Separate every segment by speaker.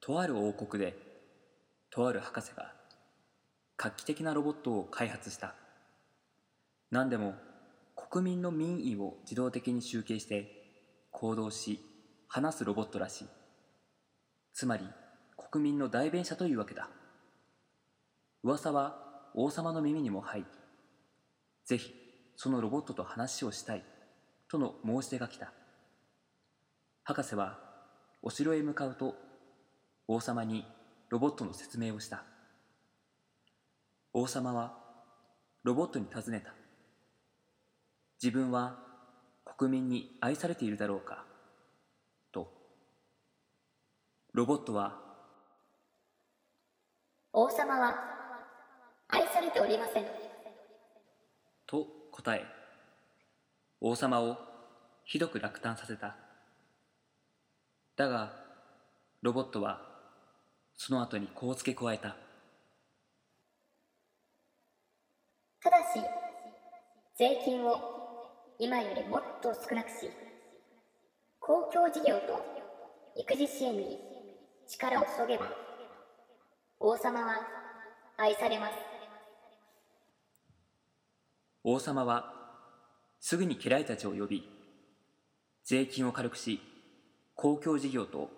Speaker 1: とある王国でとある博士が画期的なロボットを開発した何でも国民の民意を自動的に集計して行動し話すロボットらしいつまり国民の代弁者というわけだ噂は王様の耳にも入りぜひそのロボットと話をしたいとの申し出が来た博士はお城へ向かうと王様にロボットの説明をした王様はロボットに尋ねた自分は国民に愛されているだろうかとロボットは
Speaker 2: 王様は愛されておりません
Speaker 1: と答え王様をひどく落胆させただがロボットはその後にこう付け加えた
Speaker 2: ただし税金を今よりもっと少なくし公共事業と育児支援に力を注げば王様は愛されます
Speaker 1: 王様はすぐに家来たちを呼び税金を軽くし公共事業と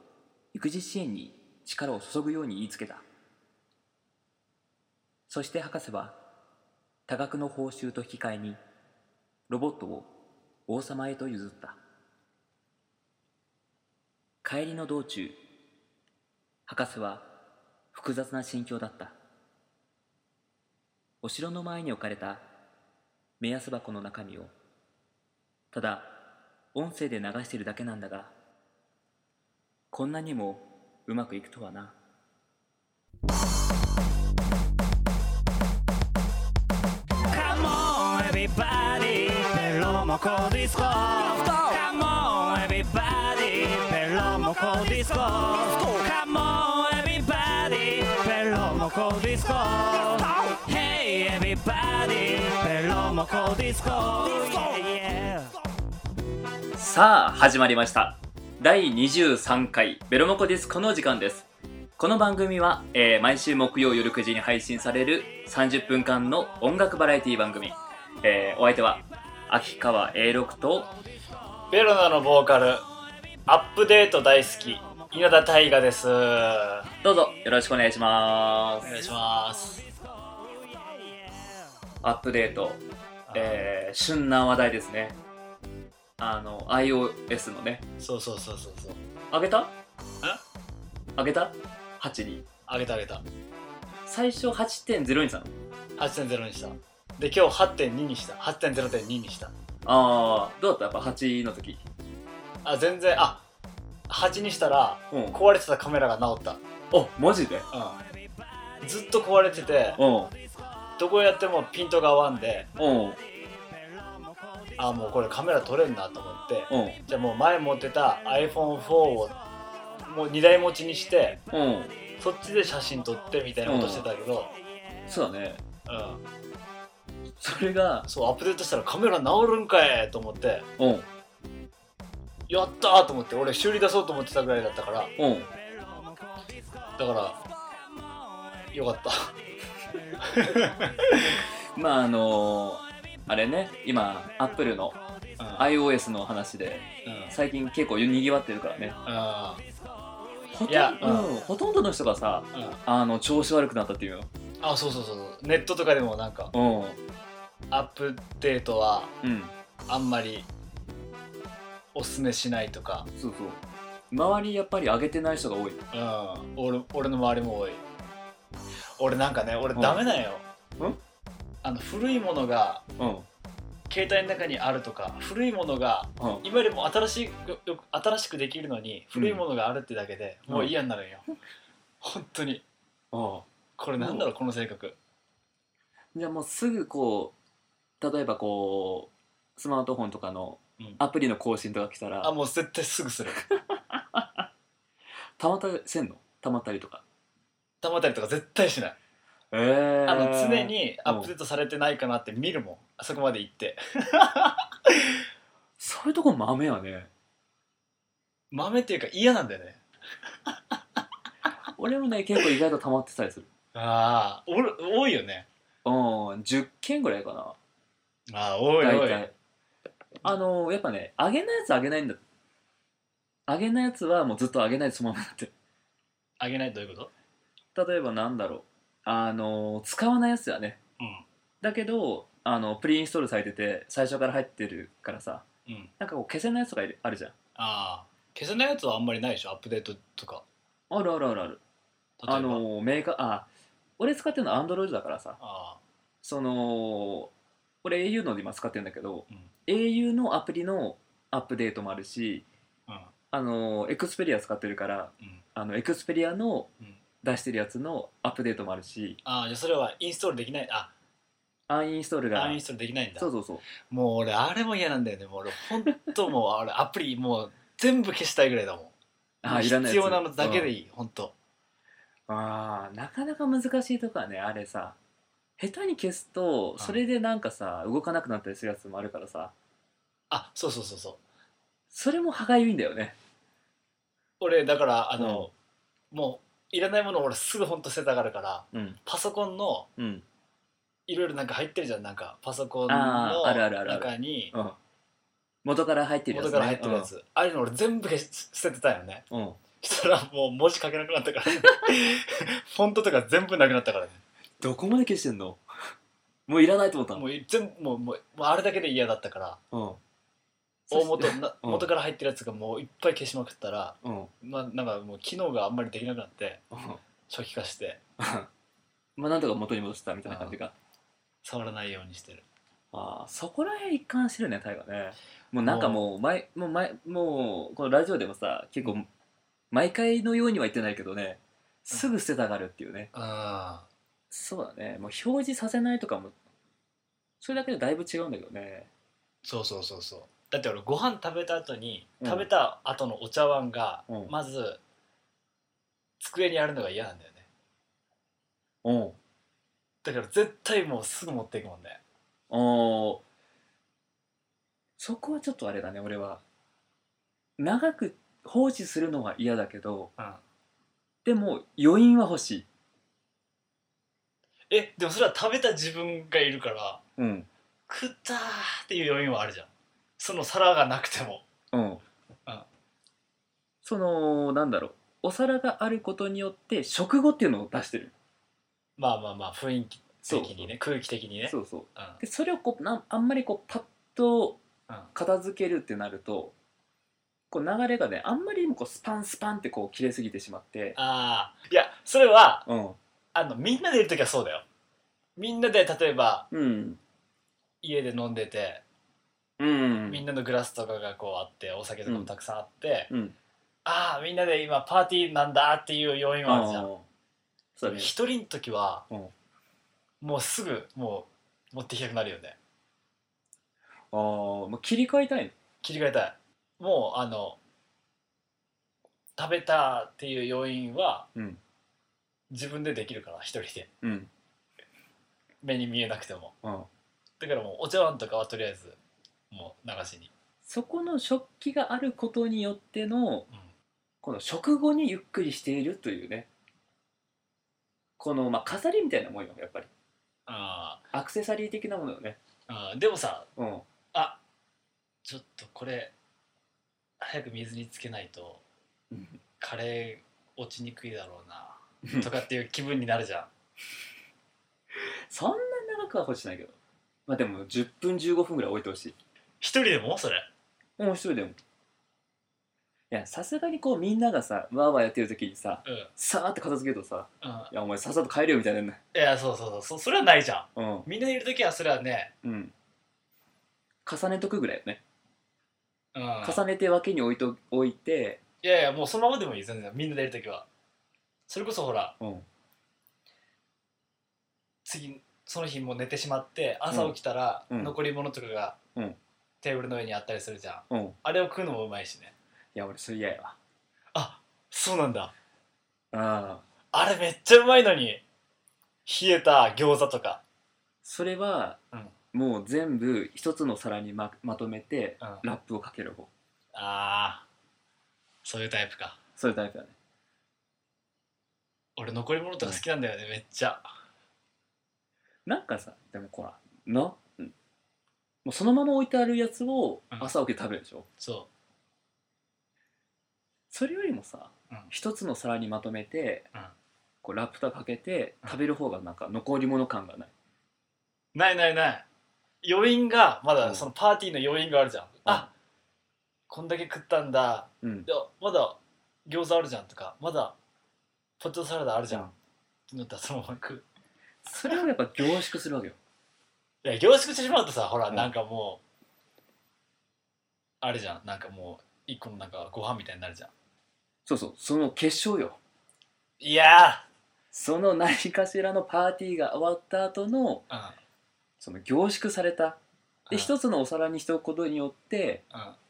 Speaker 1: 育児支援に力を注ぐように言いつけたそして博士は多額の報酬と引き換えにロボットを王様へと譲った帰りの道中博士は複雑な心境だったお城の前に置かれた目安箱の中身をただ音声で流してるだけなんだがこんなにもうまくいくとはな
Speaker 3: カモンエビバディベロモコディスコカモンエビバディベロモコディスコカモンエビバディベロモコディスコ Hey everybody ベロモコディスコ Yeah, yeah.
Speaker 1: さあ始まりました第23回ベロモコディスコの時間ですこの番組は、えー毎週木曜夜9時に配信される30分間の音楽バラエティ番組、えーお相手は秋川 A6 と
Speaker 4: ベロナのボーカルアップデート大好き稲田大我ですお
Speaker 1: どうぞよろしくお願いします
Speaker 4: 願いします
Speaker 1: アップデート、えー旬な話題ですねあの iOS のね
Speaker 4: そうそうそうそうそう
Speaker 1: あげたあげた ?8 に
Speaker 4: あげたあげた
Speaker 1: 最初8.0にしたの
Speaker 4: 8.0にしたで今日8.2にした8.0.2にした
Speaker 1: ああどうだったやっぱ8の時
Speaker 4: あ全然あ8にしたら
Speaker 1: うん
Speaker 4: 壊れてたカメラが直った
Speaker 1: おマジで
Speaker 4: うんずっと壊れてて
Speaker 1: うん
Speaker 4: どこやってもピントが合わんで
Speaker 1: うんうん
Speaker 4: あもうこれカメラ撮れんなと思ってじゃあもう前持ってた iPhone4 をもう2台持ちにして
Speaker 1: うん
Speaker 4: そっちで写真撮ってみたいなことしてたけど、
Speaker 1: そうだね
Speaker 4: うん、
Speaker 1: それが
Speaker 4: そうアップデートしたらカメラ直るんかいと思って
Speaker 1: うん
Speaker 4: やったーと思って俺修理出そうと思ってたぐらいだったから
Speaker 1: うん
Speaker 4: だからよかった
Speaker 1: まああのーあれね今アップルの
Speaker 4: うん、
Speaker 1: iOS の話で
Speaker 4: うん
Speaker 1: 最近結構にぎわってるからねほと
Speaker 4: いや
Speaker 1: ん,、うん、ほとんどの人がさ
Speaker 4: うんうん
Speaker 1: あの調子悪くなったっていう
Speaker 4: あそうそうそうそうネットとかでもなんか
Speaker 1: の
Speaker 4: アップデートは
Speaker 1: うんうん
Speaker 4: あんまりおすすめしないとか、
Speaker 1: そうそう周りやっぱり上げてない人が多い
Speaker 4: うん、俺俺の周りも多い俺なんかね俺
Speaker 1: うん
Speaker 4: ダメなんよ、
Speaker 1: うん
Speaker 4: あの古いものが
Speaker 1: うん
Speaker 4: 携帯の中にあるとか古いものが
Speaker 1: うん
Speaker 4: 今よりも新しくよく新しくできるのに古いものがあるってだけで、
Speaker 1: うん
Speaker 4: もう嫌になるんよ、本当に
Speaker 1: うん
Speaker 4: これなんだろう、この性格
Speaker 1: じゃあもうすぐこう例えばこうスマートフォンとかの
Speaker 4: うん
Speaker 1: アプリの更新とか来たら、
Speaker 4: あもう絶対すぐする
Speaker 1: たまったりせんのたまったりとか
Speaker 4: たまったりとか絶対しない
Speaker 1: ええ
Speaker 4: あの常にアップデートされてないかなって見るもんあそこまで行って
Speaker 1: そういうとこ豆やね
Speaker 4: 豆っていうか嫌なんだよね
Speaker 1: 俺もね結構意外と溜まってたりする
Speaker 4: ああおる多いよね
Speaker 1: うん10件ぐらいかな
Speaker 4: ああ多い
Speaker 1: 大
Speaker 4: 多い
Speaker 1: 体あのーやっぱねあげないやつあげないんだあげないやつはもうずっとあげないでそのままになってる
Speaker 4: あげないとどういうこと
Speaker 1: 例えばなんだろうあのー使わないやつはね
Speaker 4: うん
Speaker 1: だけどあのプリインストールされてて最初から入ってるからさ
Speaker 4: うん
Speaker 1: なんかこう消せないやつとかいるあるじゃん
Speaker 4: ああ消せないやつはあんまりないでしょアップデートとか
Speaker 1: あるあるあるある
Speaker 4: 例えば
Speaker 1: あのーメーカーあ俺使ってるのは Android だからさ
Speaker 4: あ
Speaker 1: その俺 au ので今使ってるんだけど、
Speaker 4: うん
Speaker 1: au のアプリのアップデートもあるし
Speaker 4: あ
Speaker 1: あのエクスペリア使ってるから
Speaker 4: うんうん
Speaker 1: あのエクスペリアの
Speaker 4: うん
Speaker 1: 出してるやつのアップデートもあるし
Speaker 4: ああじゃあそれはインストールできないあ
Speaker 1: アンインストールが
Speaker 4: アンインストールできないんだ
Speaker 1: そうそうそう
Speaker 4: もう俺あれも嫌なんだよねもう俺ほんともうあれアプリもう全部消したいぐらいだもん
Speaker 1: あいらないやつ
Speaker 4: 必要なのだけでいい、ほんと
Speaker 1: あーなかなか難しいとかねあれさ下手に消すとそれでなんかさ動かなくなったりするやつもあるからさ
Speaker 4: あそうそうそうそう
Speaker 1: それも歯がゆいんだよね
Speaker 4: 俺だからあの、もういらないものを俺すぐほんと捨てたがるから
Speaker 1: うん
Speaker 4: パソコンの
Speaker 1: うん
Speaker 4: いろいろなんか入ってるじゃんなんかパソコン
Speaker 1: あ
Speaker 4: の
Speaker 1: ーあるあるあるある
Speaker 4: 中に
Speaker 1: うん元から入ってるやつ、
Speaker 4: 元
Speaker 1: ね、
Speaker 4: から入ってるやつ、ああいうの俺全部消し捨ててたよね
Speaker 1: うん、うん
Speaker 4: そしたらもう文字書けなくなったから フォントとか全部なくなったからね
Speaker 1: どこまで消してんの もういらないと思った
Speaker 4: もう全部もうもうもうあれだけで嫌だったから
Speaker 1: の
Speaker 4: 大元な
Speaker 1: うん
Speaker 4: 元から入ってるやつがもういっぱい消しまくったら、
Speaker 1: うんうん
Speaker 4: まあ、なんかもう機能があんまりできなくなって
Speaker 1: うん
Speaker 4: 初期化して
Speaker 1: まあなんとか元に戻したみたいな感じが
Speaker 4: 触らないようにしてる
Speaker 1: ああそこら辺一貫してるねタイがねもうなんかもう前もう前もうこのラジオでもさ結構毎回のようには言ってないけどねすぐ捨てたがるっていうね、
Speaker 4: あ
Speaker 1: そうだねもう表示させないとかもそれだけでだいぶ違うんだけどね
Speaker 4: そうそうそうそうだって俺ご飯食べた後に
Speaker 1: うん
Speaker 4: 食べた後のお茶碗が
Speaker 1: うん
Speaker 4: まず机にあるのが嫌なんだよね
Speaker 1: うん
Speaker 4: だから絶対もうすぐ持っていくもんね
Speaker 1: おーそこはちょっとあれだね俺は長く放置するのは嫌だけど
Speaker 4: うん
Speaker 1: でも余韻は欲しい
Speaker 4: えでもそれは食べた自分がいるから
Speaker 1: うん
Speaker 4: 食ったーっていう余韻はあるじゃんその皿がなくても
Speaker 1: うん
Speaker 4: あ
Speaker 1: そのなんだろうお皿があることによって食後っていうのを出してる
Speaker 4: まあまあまあ雰囲気的にね空気的にね
Speaker 1: そうそう
Speaker 4: うん
Speaker 1: でそれをこうなんあんまりこうパッと
Speaker 4: うん
Speaker 1: 片付けるってなるとこう流れがねあんまりにもこうスパンスパンってこう切れすぎてしまって
Speaker 4: ああいやそれは
Speaker 1: うん
Speaker 4: あのみんなでいる時はそうだよみんなで例えば
Speaker 1: うん
Speaker 4: 家で飲んでて、
Speaker 1: うん
Speaker 4: みんなのグラスとかがこうあってお酒とかもたくさんあって、
Speaker 1: うん
Speaker 4: ああみんなで今パーティーなんだっていう要因はあるじゃん
Speaker 1: そうだね
Speaker 4: 一人の時は、
Speaker 1: うん
Speaker 4: もうすぐもう持ってきたくなるよね
Speaker 1: あーもう切り替えたいの
Speaker 4: 切り替えたいもうあの食べたっていう要因は
Speaker 1: うん
Speaker 4: 自分でできるから一人で
Speaker 1: うん
Speaker 4: 目に見えなくても
Speaker 1: うん
Speaker 4: だからもうお茶碗とかはとりあえずもう流しに、
Speaker 1: そこの食器があることによっての
Speaker 4: うん
Speaker 1: この食後にゆっくりしているというねこの、まあ、飾りみたいなもんよやっぱり
Speaker 4: あー
Speaker 1: アクセサリー的なものよね
Speaker 4: あーでもさ
Speaker 1: うん
Speaker 4: あちょっとこれ早く水につけないとカレー落ちにくいだろうなとかっていう気分になるじゃん
Speaker 1: そんな長くは欲しないけどまあでも10分15分ぐらい置いてほしい
Speaker 4: 一人でもそれ
Speaker 1: もう一人でもいやさすがにこうみんながさわーわーやってる時にさ
Speaker 4: うんうん
Speaker 1: さーって片付けるとさ「
Speaker 4: い
Speaker 1: いやお前さっさと帰れよ」みたいなね
Speaker 4: やそうそうそうそそれはないじゃ
Speaker 1: うん
Speaker 4: んみんないる時はそれはね、
Speaker 1: うん重ねとくぐらいよね
Speaker 4: うん、
Speaker 1: 重ねて脇に置いと置いて
Speaker 4: いやいやもうそのままでもいい全然みんなでいる時はそれこそほら
Speaker 1: うん
Speaker 4: 次その日もう寝てしまって朝起きたら
Speaker 1: うん
Speaker 4: 残り物とかが
Speaker 1: うん
Speaker 4: テーブルの上にあったりするじゃん
Speaker 1: うんい
Speaker 4: あれを食うのもうまいしね
Speaker 1: や俺それ嫌やわ
Speaker 4: あそうなんだ
Speaker 1: ああ
Speaker 4: あれめっちゃうまいのに冷えた餃子とか、
Speaker 1: それは、
Speaker 4: うん
Speaker 1: もう全部一つの皿にままとめて
Speaker 4: うん、あ
Speaker 1: ラップをかける方
Speaker 4: あーそういうタイプか
Speaker 1: そういうタイプだね
Speaker 4: 俺残り物とか好きなんだよねめっちゃ
Speaker 1: なんかさでもほらな、うんもうそのまま置いてあるやつを
Speaker 4: うん
Speaker 1: 朝起きて食べるでしょ、
Speaker 4: そ
Speaker 1: それよりもさ、
Speaker 4: うん
Speaker 1: 一つの皿にまとめて、
Speaker 4: うん
Speaker 1: こうラップターかけて食べる方がなんか残り物感がない、
Speaker 4: うないないない余韻がま
Speaker 1: う
Speaker 4: だ
Speaker 1: ん
Speaker 4: そのパーティーの余韻があるじゃん、あこんだけ食ったんだ
Speaker 1: うん
Speaker 4: でまだ餃子あるじゃんとかまだポテトサラダあるじ
Speaker 1: じ
Speaker 4: ゃ
Speaker 1: ゃ
Speaker 4: んっ
Speaker 1: ん
Speaker 4: てなったらそのまま食う
Speaker 1: それをやっぱ凝縮するわけよ
Speaker 4: いや凝縮してしまうとさほら、
Speaker 1: うん
Speaker 4: なんかもうあれじゃんなんかもう一個のなんかご飯みたいになるじゃん
Speaker 1: そうそうその結晶よ
Speaker 4: いや
Speaker 1: その何かしらのパーティーが終わった後の
Speaker 4: ーうん
Speaker 1: その凝縮されたで
Speaker 4: うん
Speaker 1: 一つのお皿にしておくことによって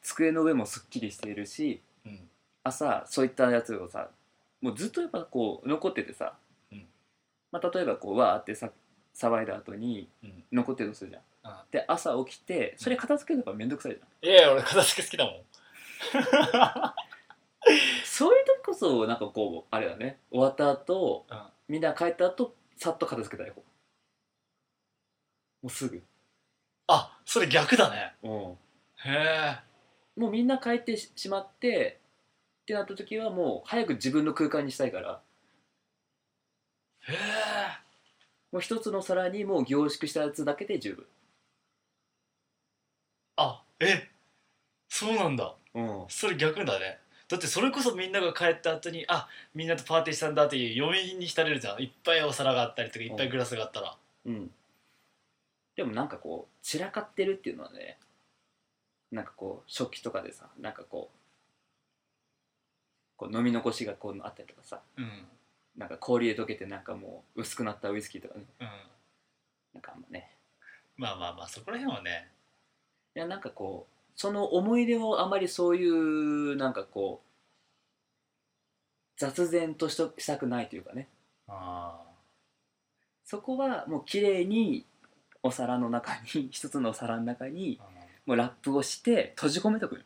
Speaker 1: 机の上もすっきりしているし
Speaker 4: うんうん
Speaker 1: 朝そういったやつをさもうずっとやっぱこう残っててさ、
Speaker 4: うん
Speaker 1: まあ、例えばこうわーってさ騒いだ後に
Speaker 4: うん
Speaker 1: 残ってるとするじゃん、
Speaker 4: うん
Speaker 1: で朝起きてそれ片付けるのがめんどくさいじゃん、
Speaker 4: いやいや俺片付け好きだもん
Speaker 1: そういう時こそなんかこうあれだね終わった後、
Speaker 4: うん
Speaker 1: みんな帰った後さっと片付けたい方もうすぐ
Speaker 4: あそれ逆だね
Speaker 1: も
Speaker 4: へ
Speaker 1: うみんな帰ってししまってってなった時はもう早く自分の空間にしたいから
Speaker 4: えへ
Speaker 1: もう一つの皿にもう凝縮したやつだけで十分
Speaker 4: あえそうなんだ
Speaker 1: うん
Speaker 4: それ逆だねだってそれこそみんなが帰った後にあみんなとパーティーしたんだっていう余韻に浸れるじゃんいっぱいお皿があったりとかいっぱいグラスがあったら
Speaker 1: うん、でもなんかこう散らかってるっていうのはねなんかこう食器とかでさなんかこうこう飲み残しがこうあったりとかさ
Speaker 4: うん
Speaker 1: なんか氷で溶けてなんかもう薄くなったウイスキーとかね
Speaker 4: うん
Speaker 1: なんかあんまね
Speaker 4: まあまあまあそこら辺はね
Speaker 1: いやなんかこうその思い出をあまりそういうなんかこう雑然としとしたくないというかね
Speaker 4: あ
Speaker 1: そこはもう綺麗にお皿の中に一つのお皿の中に
Speaker 4: ー
Speaker 1: もうラップをして閉じ込めとくの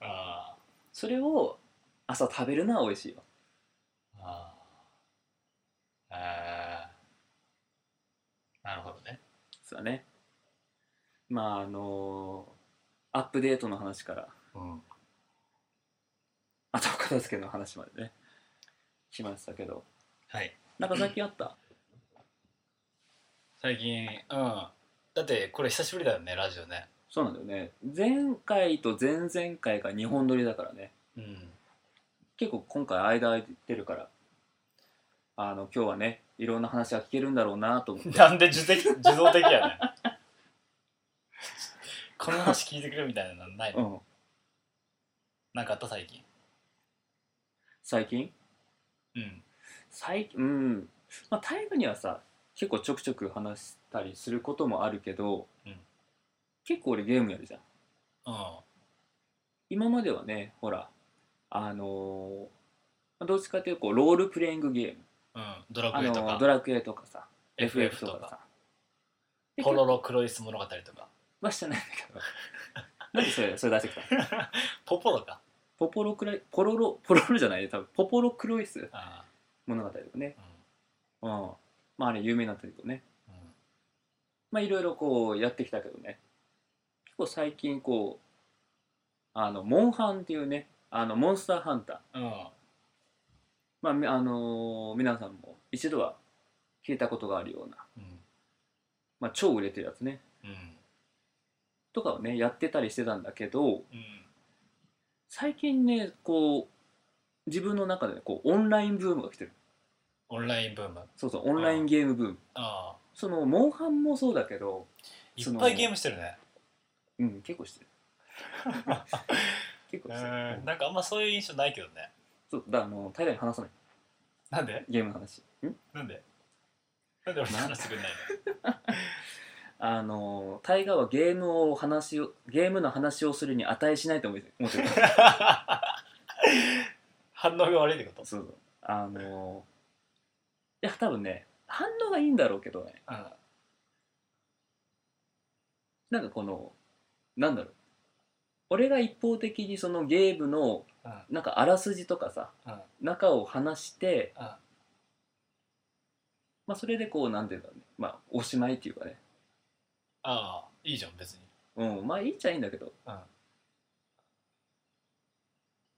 Speaker 4: あ
Speaker 1: それを朝食べるのは美味しいよ
Speaker 4: ーあーあーなるほどね
Speaker 1: そうだねまああのーアップデートの話から
Speaker 4: うん
Speaker 1: 後片付けの話までねしましたけど
Speaker 4: はい
Speaker 1: なんか最近あった
Speaker 4: 最近うんだってこれ久しぶりだよねラジオね
Speaker 1: そうなんだよね前回と前々回が2本撮りだからね
Speaker 4: うん
Speaker 1: 結構今回間空いてるからあの今日はねいろんな話が聞けるんだろうなと思って
Speaker 4: なんで自的自動的やねんこの話聞いてくれみたいなのないの、
Speaker 1: うん
Speaker 4: なんかあった最近
Speaker 1: 最近
Speaker 4: うん
Speaker 1: 最近うんまあ大河にはさ結構ちょくちょく話したりすることもあるけど、
Speaker 4: うん
Speaker 1: 結構俺ゲームやるじゃん
Speaker 4: うん
Speaker 1: 今まではねほらあのーどっちかというとこうロールプレイングゲーム
Speaker 4: うんドラ
Speaker 1: あ
Speaker 4: クエ
Speaker 1: の
Speaker 4: と
Speaker 1: ー
Speaker 4: か
Speaker 1: ドラクエとかさ
Speaker 4: FF とか
Speaker 1: さで
Speaker 4: ポロロクロイス物語とか
Speaker 1: はしてないんだけど なんでそれそれ出してきたの
Speaker 4: ポポロか
Speaker 1: ポポロクライポロロポロロじゃないよ多分ポポロクロイス
Speaker 4: あ
Speaker 1: 物語とかねう
Speaker 4: あ
Speaker 1: んまああれ有名になったけどね
Speaker 4: うんうん
Speaker 1: まあいろいろこうやってきたけどね結構最近こうあのモンハンっていうねあのモンスターハンター
Speaker 4: うん
Speaker 1: まあみあのー皆さんも一度は聞いたことがあるような、
Speaker 4: うん
Speaker 1: まあ、超売れてるやつね
Speaker 4: うん
Speaker 1: とかをねやってたりしてたんだけど
Speaker 4: うん
Speaker 1: 最近ねこう自分の中で、ね、こうオンラインブームが来てる
Speaker 4: オンラインブーム
Speaker 1: そうそうオンラインゲームブーム
Speaker 4: ああ
Speaker 1: そのモンハンもそうだけど
Speaker 4: い
Speaker 1: そ
Speaker 4: っ
Speaker 1: の
Speaker 4: ぱいゲームしてるね
Speaker 1: うん結構してる結構
Speaker 4: う
Speaker 1: してるうんん
Speaker 4: なんかあんまそういう印象ないけどね
Speaker 1: そうだからもう平らに話さない
Speaker 4: なんで
Speaker 1: ゲームの話ん
Speaker 4: なんでなんで俺の話してくんない
Speaker 1: あのタイガーはゲームを話をゲームの話をするに値しないと思って思ってる
Speaker 4: の反応が悪いってこと
Speaker 1: そうそうあのいや多分ね反応がいいんだろうけどね
Speaker 4: うん
Speaker 1: なんかこのなんだろう俺が一方的にそのゲームの
Speaker 4: うん
Speaker 1: なんかあらすじとかさ
Speaker 4: うん
Speaker 1: 中を話して、
Speaker 4: うん
Speaker 1: まあ、それでこうなんていうんだろうねまあおしまいっていうかね
Speaker 4: ああいいじゃん別に
Speaker 1: うんまあいいっちゃいいんだけど、
Speaker 4: うん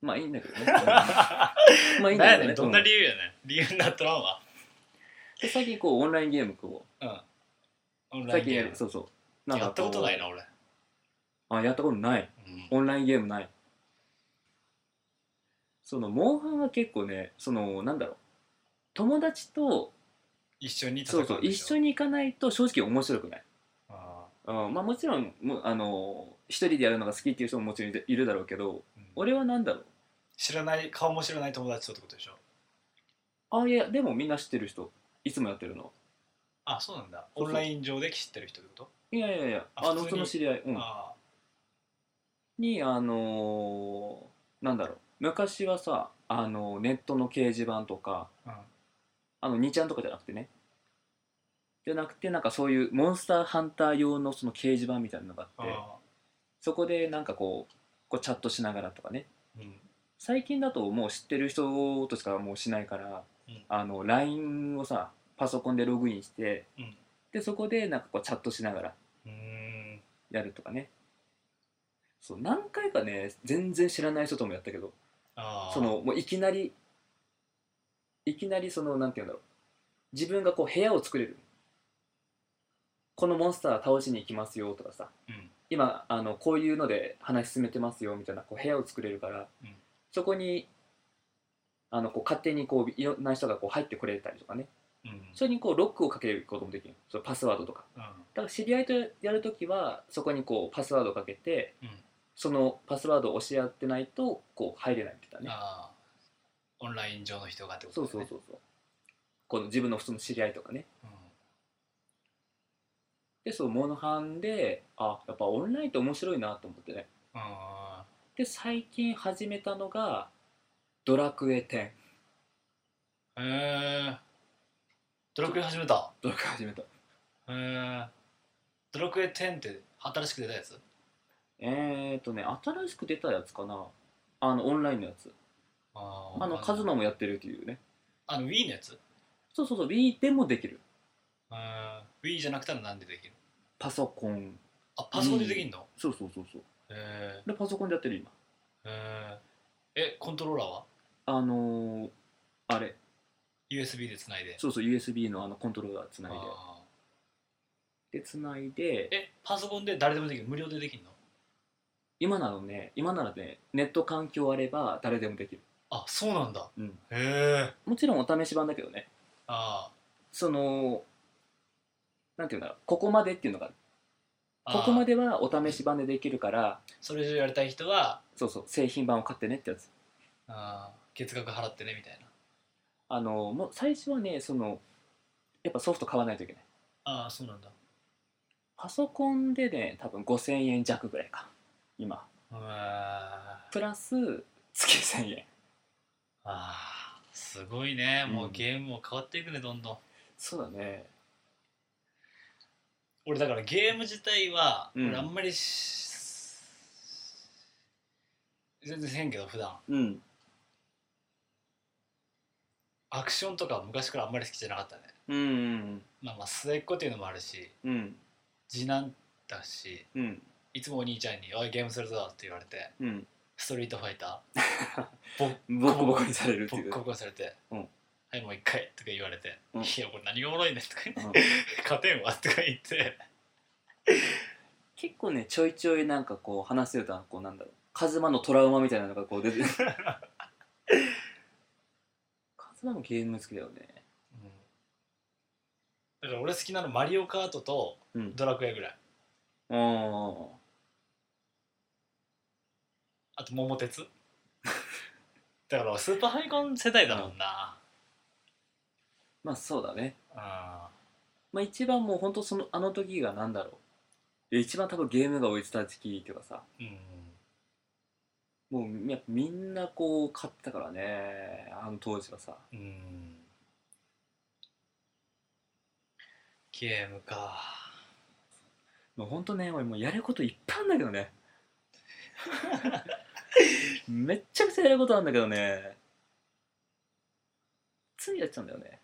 Speaker 1: まあいいんだけど ね
Speaker 4: な
Speaker 1: まあいいん
Speaker 4: ん
Speaker 1: だけど
Speaker 4: やね
Speaker 1: ね
Speaker 4: んどんな
Speaker 1: うん
Speaker 4: 理由やねん理由になっとらんわ
Speaker 1: で最近こうオンラインゲームこ
Speaker 4: オン
Speaker 1: う
Speaker 4: ラ
Speaker 1: 最
Speaker 4: インゲ
Speaker 1: 近
Speaker 4: ーム
Speaker 1: そうそう
Speaker 4: やったことない
Speaker 1: な
Speaker 4: な俺、
Speaker 1: あやったことない
Speaker 4: うん、
Speaker 1: オンラインゲームないそのモンハンは結構ねそのなんだろう友達と
Speaker 4: 一緒に戦
Speaker 1: そううそう一緒
Speaker 4: に
Speaker 1: に行かないと正直面白くない、
Speaker 4: あ
Speaker 1: うん、まあもちろんもあの一人でやるのが好きっていう人ももちろんいるいるだろうけど
Speaker 4: ー、うん
Speaker 1: 俺はなんだろう
Speaker 4: 知らない顔も知らない友達とってことでしょ
Speaker 1: あいやでもみんな知ってる人いつもやってるの
Speaker 4: あそうなんだ
Speaker 1: そう
Speaker 4: オ
Speaker 1: そう
Speaker 4: ンライン上で知ってる人ってこと、
Speaker 1: いやいやいや
Speaker 4: あ
Speaker 1: あのそ
Speaker 4: 普通に
Speaker 1: の知り合い、うん、
Speaker 4: あ
Speaker 1: にあのーなんだろう昔はさあのネットの掲示板とか
Speaker 4: あ、うん、
Speaker 1: あの2ちゃんとかじゃなくてねじゃなくてなんかそういうモンスターハンター用のその掲示板みたいなのがあって
Speaker 4: あ
Speaker 1: そこでなんかこうこうチャットしながらとかね
Speaker 4: ーうん
Speaker 1: 最近だともう知ってる人としかもうしないから、
Speaker 4: うん
Speaker 1: あの LINE をさパソコンでログインして、
Speaker 4: うん
Speaker 1: でそこでなんかこうチャットしながら
Speaker 4: うーん
Speaker 1: やるとかねそう何回かね全然知らない人ともやったけど
Speaker 4: あー
Speaker 1: そのもういきなりいきなりそのなんて言うんだろう自分がこう部屋を作れるこのモンスター倒しに行きますよとかさ
Speaker 4: うん
Speaker 1: 今あのこういうので話進めてますよみたいなこう部屋を作れるから、
Speaker 4: うん
Speaker 1: そこにあのこう勝手にこういろんな人がこう入ってこれたりとかね
Speaker 4: うん
Speaker 1: それにこうロックをかけることもできるそのパスワードとか
Speaker 4: うん
Speaker 1: だから知り合いとやるときはそこにこうパスワードをかけて、
Speaker 4: うん
Speaker 1: そのパスワードを教え合ってないとこう入れないみたいなね
Speaker 4: あーオンライン上の人がってこと
Speaker 1: そう
Speaker 4: だ
Speaker 1: そう
Speaker 4: ね
Speaker 1: そうそうこの自分の普通の知り合いとかねでそうモノハンであやっぱオンラインって面白いなと思ってね
Speaker 4: うんあ
Speaker 1: で最近始めたのが「ドラクエ10
Speaker 4: ーへえドラクエ始めた」
Speaker 1: ドラクエ始めた
Speaker 4: へえドラクエ10って新しく出たやつ
Speaker 1: えー、とね新しく出たやつかなあのオンラインのやつ
Speaker 4: あー
Speaker 1: あのカズマもやってるっていうね
Speaker 4: あの Wii のやつ
Speaker 1: そうそうそう Wii でもできる
Speaker 4: うん Wii じゃなくたら何でできる
Speaker 1: パソコン
Speaker 4: あパソコンでできんの、
Speaker 1: そうそうそうそう
Speaker 4: へ
Speaker 1: でパソコンでやってる今
Speaker 4: えへええコントローラーは
Speaker 1: あのー、あれ
Speaker 4: USB でつないで
Speaker 1: そうそう USB のあのコントローラーつない
Speaker 4: あ
Speaker 1: ででつないで
Speaker 4: ーえパソコンで誰でもできる無料でできるの
Speaker 1: 今ならね今ならねネット環境あれば誰でもできる
Speaker 4: あそうなんだ、
Speaker 1: うん
Speaker 4: へえ
Speaker 1: もちろんお試し版だけどね
Speaker 4: あ
Speaker 1: そのなんていうんだろうここまでっていうのがある
Speaker 4: ーあ
Speaker 1: ここま
Speaker 4: で
Speaker 1: ではお試し版でできるから
Speaker 4: それ以上やりたい人は
Speaker 1: そうそう製品版を買ってねってやつ
Speaker 4: あー月額払ってねみたいな
Speaker 1: あのもう最初はねそのやっぱソフト買わないといけない
Speaker 4: ああそうなんだ
Speaker 1: パソコンでね多分5000円弱ぐらいか今
Speaker 4: うわー
Speaker 1: プラス月1000円
Speaker 4: あーすごいねもううんゲームも変わっていくねどんどん
Speaker 1: そうだね
Speaker 4: 俺だからゲーム自体は、
Speaker 1: うん
Speaker 4: 俺あんまりし全然せんけど普段
Speaker 1: うん
Speaker 4: アクションとかは昔からあんまり好きじゃなかったね
Speaker 1: うん
Speaker 4: まあまあ末っ子っていうのもあるし
Speaker 1: うん
Speaker 4: 次男だし
Speaker 1: うん
Speaker 4: いつもお兄ちゃんに「おいゲームするぞ」って言われて
Speaker 1: うん
Speaker 4: ストリートファイタ ーボ
Speaker 1: ボ
Speaker 4: ッ
Speaker 1: コボコにされるって
Speaker 4: ボ
Speaker 1: い
Speaker 4: ッ
Speaker 1: う
Speaker 4: コボコにされて「
Speaker 1: うん
Speaker 4: はいもう一回」とか言われて「
Speaker 1: うん
Speaker 4: いやこれ何がおもろいねん」とか言って
Speaker 1: うん
Speaker 4: 「 勝てんわ」とか言って
Speaker 1: 結構ねちょいちょいなんかこう話してたこうなんだろうカズマのトラウマみたいなのがこう出て カズマもゲーム好きだよね
Speaker 4: だから俺好きなのマリオカートと
Speaker 1: うん
Speaker 4: ドラクエぐらい
Speaker 1: あ
Speaker 4: あと桃鉄 だからスーパーファミコン世代だもんな、
Speaker 1: まあそうだね
Speaker 4: あ
Speaker 1: まあ一番もうほんとそのあの時がなんだろう一番多分ゲームが追いついた時期っていうかさ
Speaker 4: ーうん
Speaker 1: もうやっぱみんなこう買ってたからねあの当時はさ
Speaker 4: うんゲームか
Speaker 1: もうほんとね俺もうやることいっぱいあんだけどねめっちゃくちゃやることあるんだけどねついやっちゃうんだよね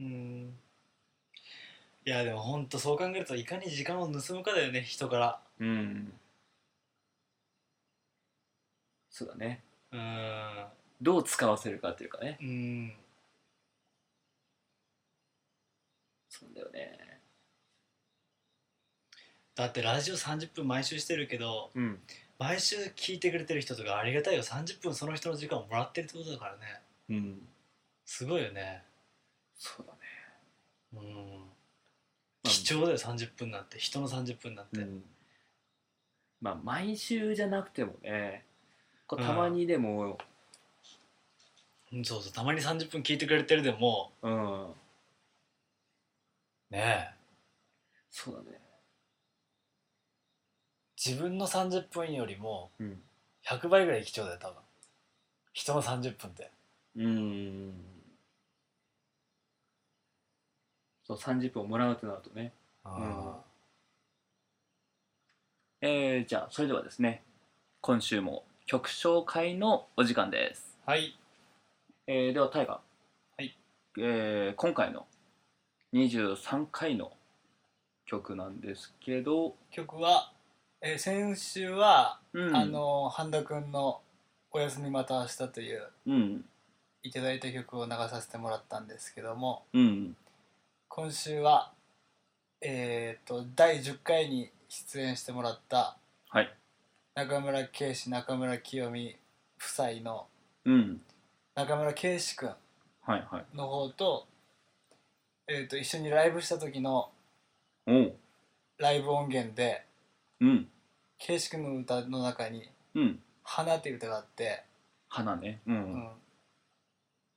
Speaker 4: うんいやでもほんとそう考えるといかに時間を盗むかだよね人から
Speaker 1: うんそうだね
Speaker 4: うん
Speaker 1: どう使わせるかっていうかね
Speaker 4: うん
Speaker 1: そうだよね
Speaker 4: だってラジオ30分毎週してるけど
Speaker 1: うん
Speaker 4: 毎週聞いてくれてる人とかありがたいよ30分その人の時間をもらってるってことだからね
Speaker 1: うん
Speaker 4: すごいよね
Speaker 1: そうだね
Speaker 4: うん貴重だよ30分なんて人の30分なんて、
Speaker 1: うんまあ毎週じゃなくてもねこうたまにでも
Speaker 4: うんそうそうたまに30分聞いてくれてるでも
Speaker 1: うん、
Speaker 4: ねえ
Speaker 1: そうだね
Speaker 4: 自分の30分よりも
Speaker 1: うん
Speaker 4: 100倍ぐらい貴重だよ多分人の30分って
Speaker 1: うんそう30分をもらうとなるとねんえー、じゃあそれではですね今週も曲紹介のお時間です、
Speaker 4: はい
Speaker 1: えー、では大河
Speaker 4: はい、
Speaker 1: えー、今回の23回の曲なんですけど、
Speaker 4: 曲は、えー先週は、
Speaker 1: うん、
Speaker 4: あの半田君の「おやすみまた明日」という
Speaker 1: うん
Speaker 4: いただいた曲を流させてもらったんですけども
Speaker 1: うん
Speaker 4: 今週はえっ、と第10回に出演してもらった
Speaker 1: はい
Speaker 4: 中村圭司中村清美夫妻の
Speaker 1: うん
Speaker 4: 中村圭司君
Speaker 1: はいはい
Speaker 4: の方と,、えー、と一緒にライブした時の
Speaker 1: おう
Speaker 4: ライブ音源で
Speaker 1: うん
Speaker 4: 圭司君の歌の中に
Speaker 1: うん
Speaker 4: 「花」っていう歌があって、
Speaker 1: 花ねう
Speaker 4: うん
Speaker 1: ん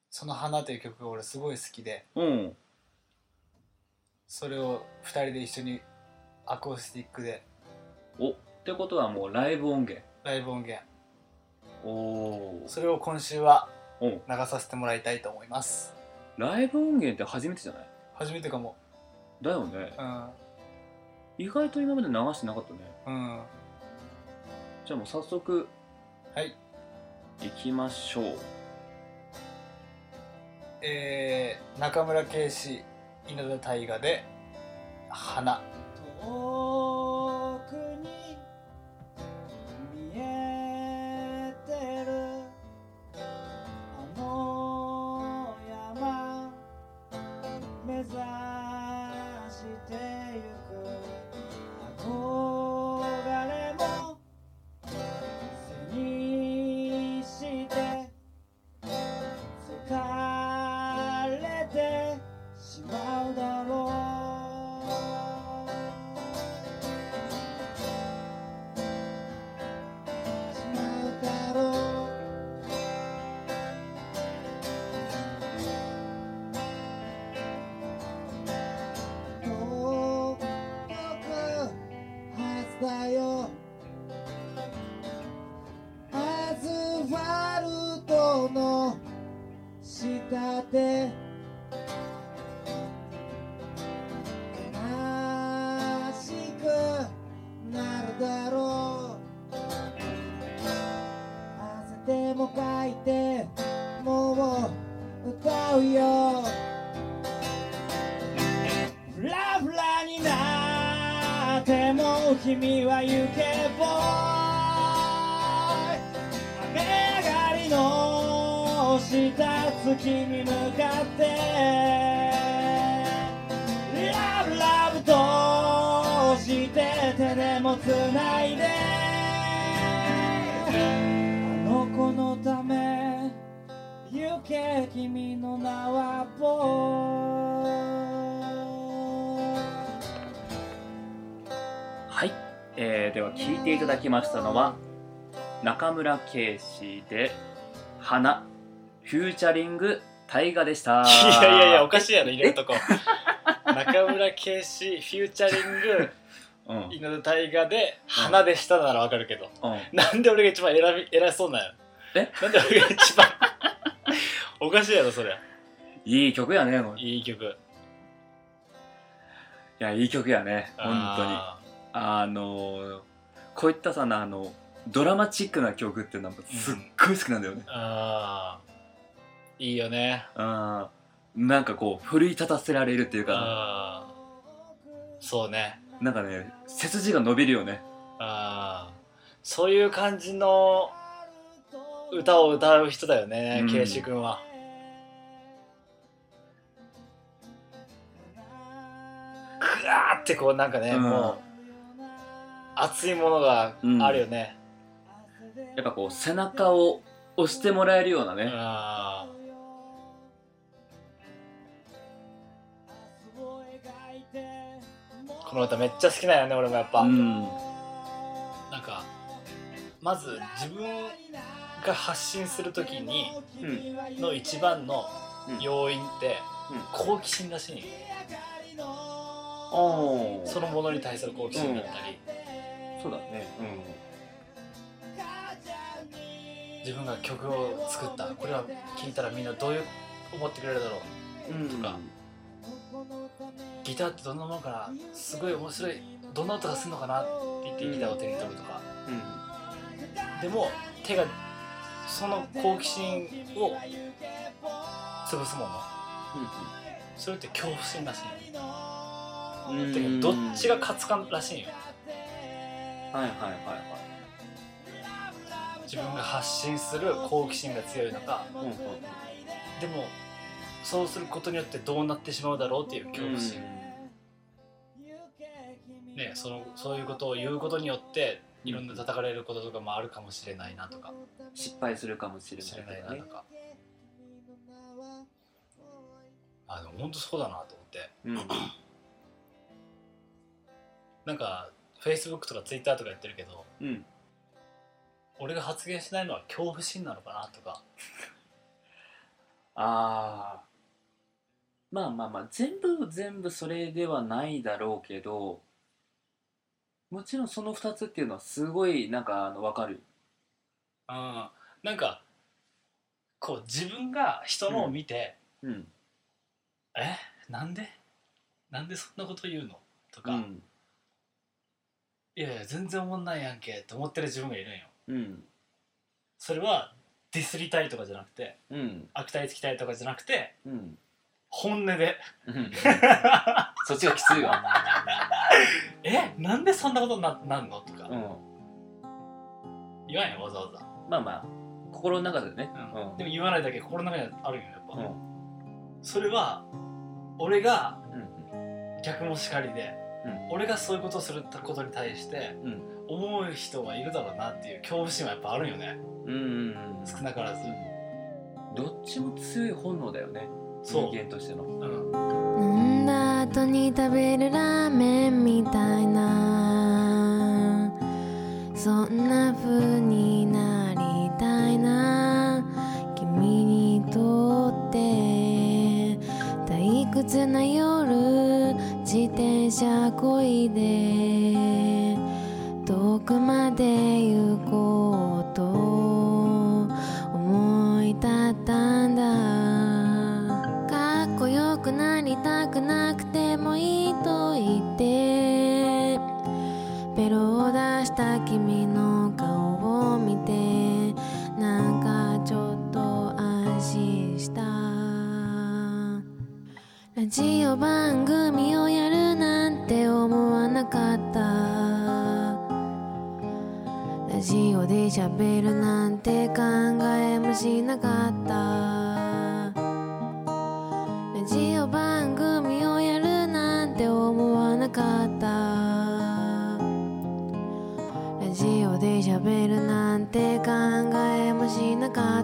Speaker 4: その「花」という曲が俺すごい好きで
Speaker 1: うん
Speaker 4: それを2人で一緒にアコースティックで
Speaker 1: おってことはもうライブ音源
Speaker 4: ライブ音源
Speaker 1: おー
Speaker 4: それを今週は
Speaker 1: おう
Speaker 4: 流させてもらいたいと思います
Speaker 1: ライブ音源って初めてじゃない
Speaker 4: 初めてかも
Speaker 1: だよね
Speaker 4: うん
Speaker 1: 意外と今まで流してなかったね
Speaker 4: うんは
Speaker 1: じゃあもう早速
Speaker 4: い
Speaker 1: いきましょう
Speaker 4: えー、中村圭司稲田大我で「花」
Speaker 5: 遠くに見えてるあの山目指してゆく憧れも背にして疲れてしまうだろうしまうだろう遠くはずだよアスファルトの下で悲しくなるだろう汗でもかいてもう歌うよフラフラになっても君は行けば雨上がりの下月に向かってラブラブとして手でもつないであの子のため行け君の名は僕
Speaker 1: はい、えーでは聴いていただきましたのは中村圭司で「花」フューチャリング大河でした
Speaker 4: いやいやいやお
Speaker 1: か
Speaker 4: かしいやろ入れるとこ中村圭司フューチャリング
Speaker 1: うん、うん、
Speaker 4: 稲田大河で「花でした」ならわかるけど、
Speaker 1: い
Speaker 4: なんで俺が一番偉び偉そうなんや
Speaker 1: え
Speaker 4: なんで俺が一番 おかしいやろそれ
Speaker 1: い曲やねこれい
Speaker 4: いい曲
Speaker 1: やいい曲やね本当に
Speaker 4: あ
Speaker 1: あのーこういったさあのドラマチックな曲っていうのはすっごい好きなんだよね、
Speaker 4: ああいいよね
Speaker 1: あーなんかこう奮い立たせられるっていうか
Speaker 4: ああそうね
Speaker 1: なんかね背筋が伸びるよね
Speaker 4: ああそういう感じの歌を歌う人だよね、
Speaker 1: うん
Speaker 4: ケイシ君はグワーってこうなんかね、
Speaker 1: うん
Speaker 4: もう熱いものがあるよね、
Speaker 1: やっぱこう背中を押してもらえるようなね、
Speaker 4: ああこの歌めっちゃ好きなんよね俺もやっぱ、
Speaker 1: うん、
Speaker 4: なんかまず自分が発信する時に
Speaker 1: うん
Speaker 4: の一番の
Speaker 1: うん
Speaker 4: 要因って
Speaker 1: うん
Speaker 4: 好奇心らしいんよ
Speaker 1: お
Speaker 4: そのものに対する好奇心だったり、
Speaker 1: そうだね
Speaker 4: 自分が曲を作ったこれは聴いたらみんなどういう思ってくれるだろう
Speaker 1: うん、
Speaker 4: とかギターってどんなものかなすごい面白いどんな音がするのかなって言ってギターを手に取るとか、でも手がその好奇心を潰すものそれって恐怖心らしいんよ
Speaker 1: うん
Speaker 4: てかどっちが勝つからしいんよ
Speaker 1: はいはいはい
Speaker 4: 自分が発信する好奇心が強いのか
Speaker 1: はい、うん
Speaker 4: でもそうすることによってどうなってしまうだろうっていう恐怖心、ね、そのそういうことを言うことによっていろんな叩かれることとかもあるかもしれないなとか
Speaker 1: 失敗するかもしれ
Speaker 4: 知
Speaker 1: な
Speaker 4: れ
Speaker 1: い
Speaker 4: ない
Speaker 1: から
Speaker 4: な
Speaker 1: ね
Speaker 4: とかあでも本当そうだなと思って
Speaker 1: うん
Speaker 4: なんか Facebook とか Twitter とかやってるけど
Speaker 1: うん
Speaker 4: 俺が発言しないのは恐怖心なのかなとか
Speaker 1: ああまあまあまあ全部全部それではないだろうけどもちろんその2つっていうのはすごいなんかあの分かる
Speaker 4: うんなんかこう自分が人のを見て、
Speaker 1: うん
Speaker 4: えなんでなんでそんなこと言うのとか、
Speaker 1: うん
Speaker 4: いやいや全然思んないやんけって思ってる自分がいるんよ
Speaker 1: うん
Speaker 4: それはディスりたいとかじゃなくて
Speaker 1: うん
Speaker 4: 悪態つきたいとかじゃなくて
Speaker 1: うん
Speaker 4: 本音で
Speaker 1: うんそっちがきついわ
Speaker 4: えなんでそんなことにななんのとか
Speaker 1: うん
Speaker 4: 言わんよわざわざ、
Speaker 1: まあまあ心の中でね
Speaker 4: うんでも言わないだけ心の中にあるんよやっぱ、
Speaker 1: うん
Speaker 4: それは俺が
Speaker 1: うん
Speaker 4: 逆もしかりで、
Speaker 1: うん
Speaker 4: 俺がそういうことをすることに対して
Speaker 1: うん
Speaker 4: 思う人がいるだろうなっていう恐怖心はやっぱあるんよね
Speaker 1: うん
Speaker 4: 少なからず、
Speaker 1: どっちも強い本能だよね
Speaker 4: そう
Speaker 1: 人間としての
Speaker 4: うん
Speaker 6: 飲んだ後に食べるラーメンみたいなそんな風になりたいな君にとって退屈な夜自転車こいで遠くまで行こうと思い立ったんだかっこよくなりたくなくてもいいと言ってベロを出した君の顔を見てなんかちょっと安心したラジオ番組をやるなんて思わなかったラジオで喋るなんて考えもしなかったラジオ番組をやるなんて思わなかったラジオで喋るなんて考えもしなかっ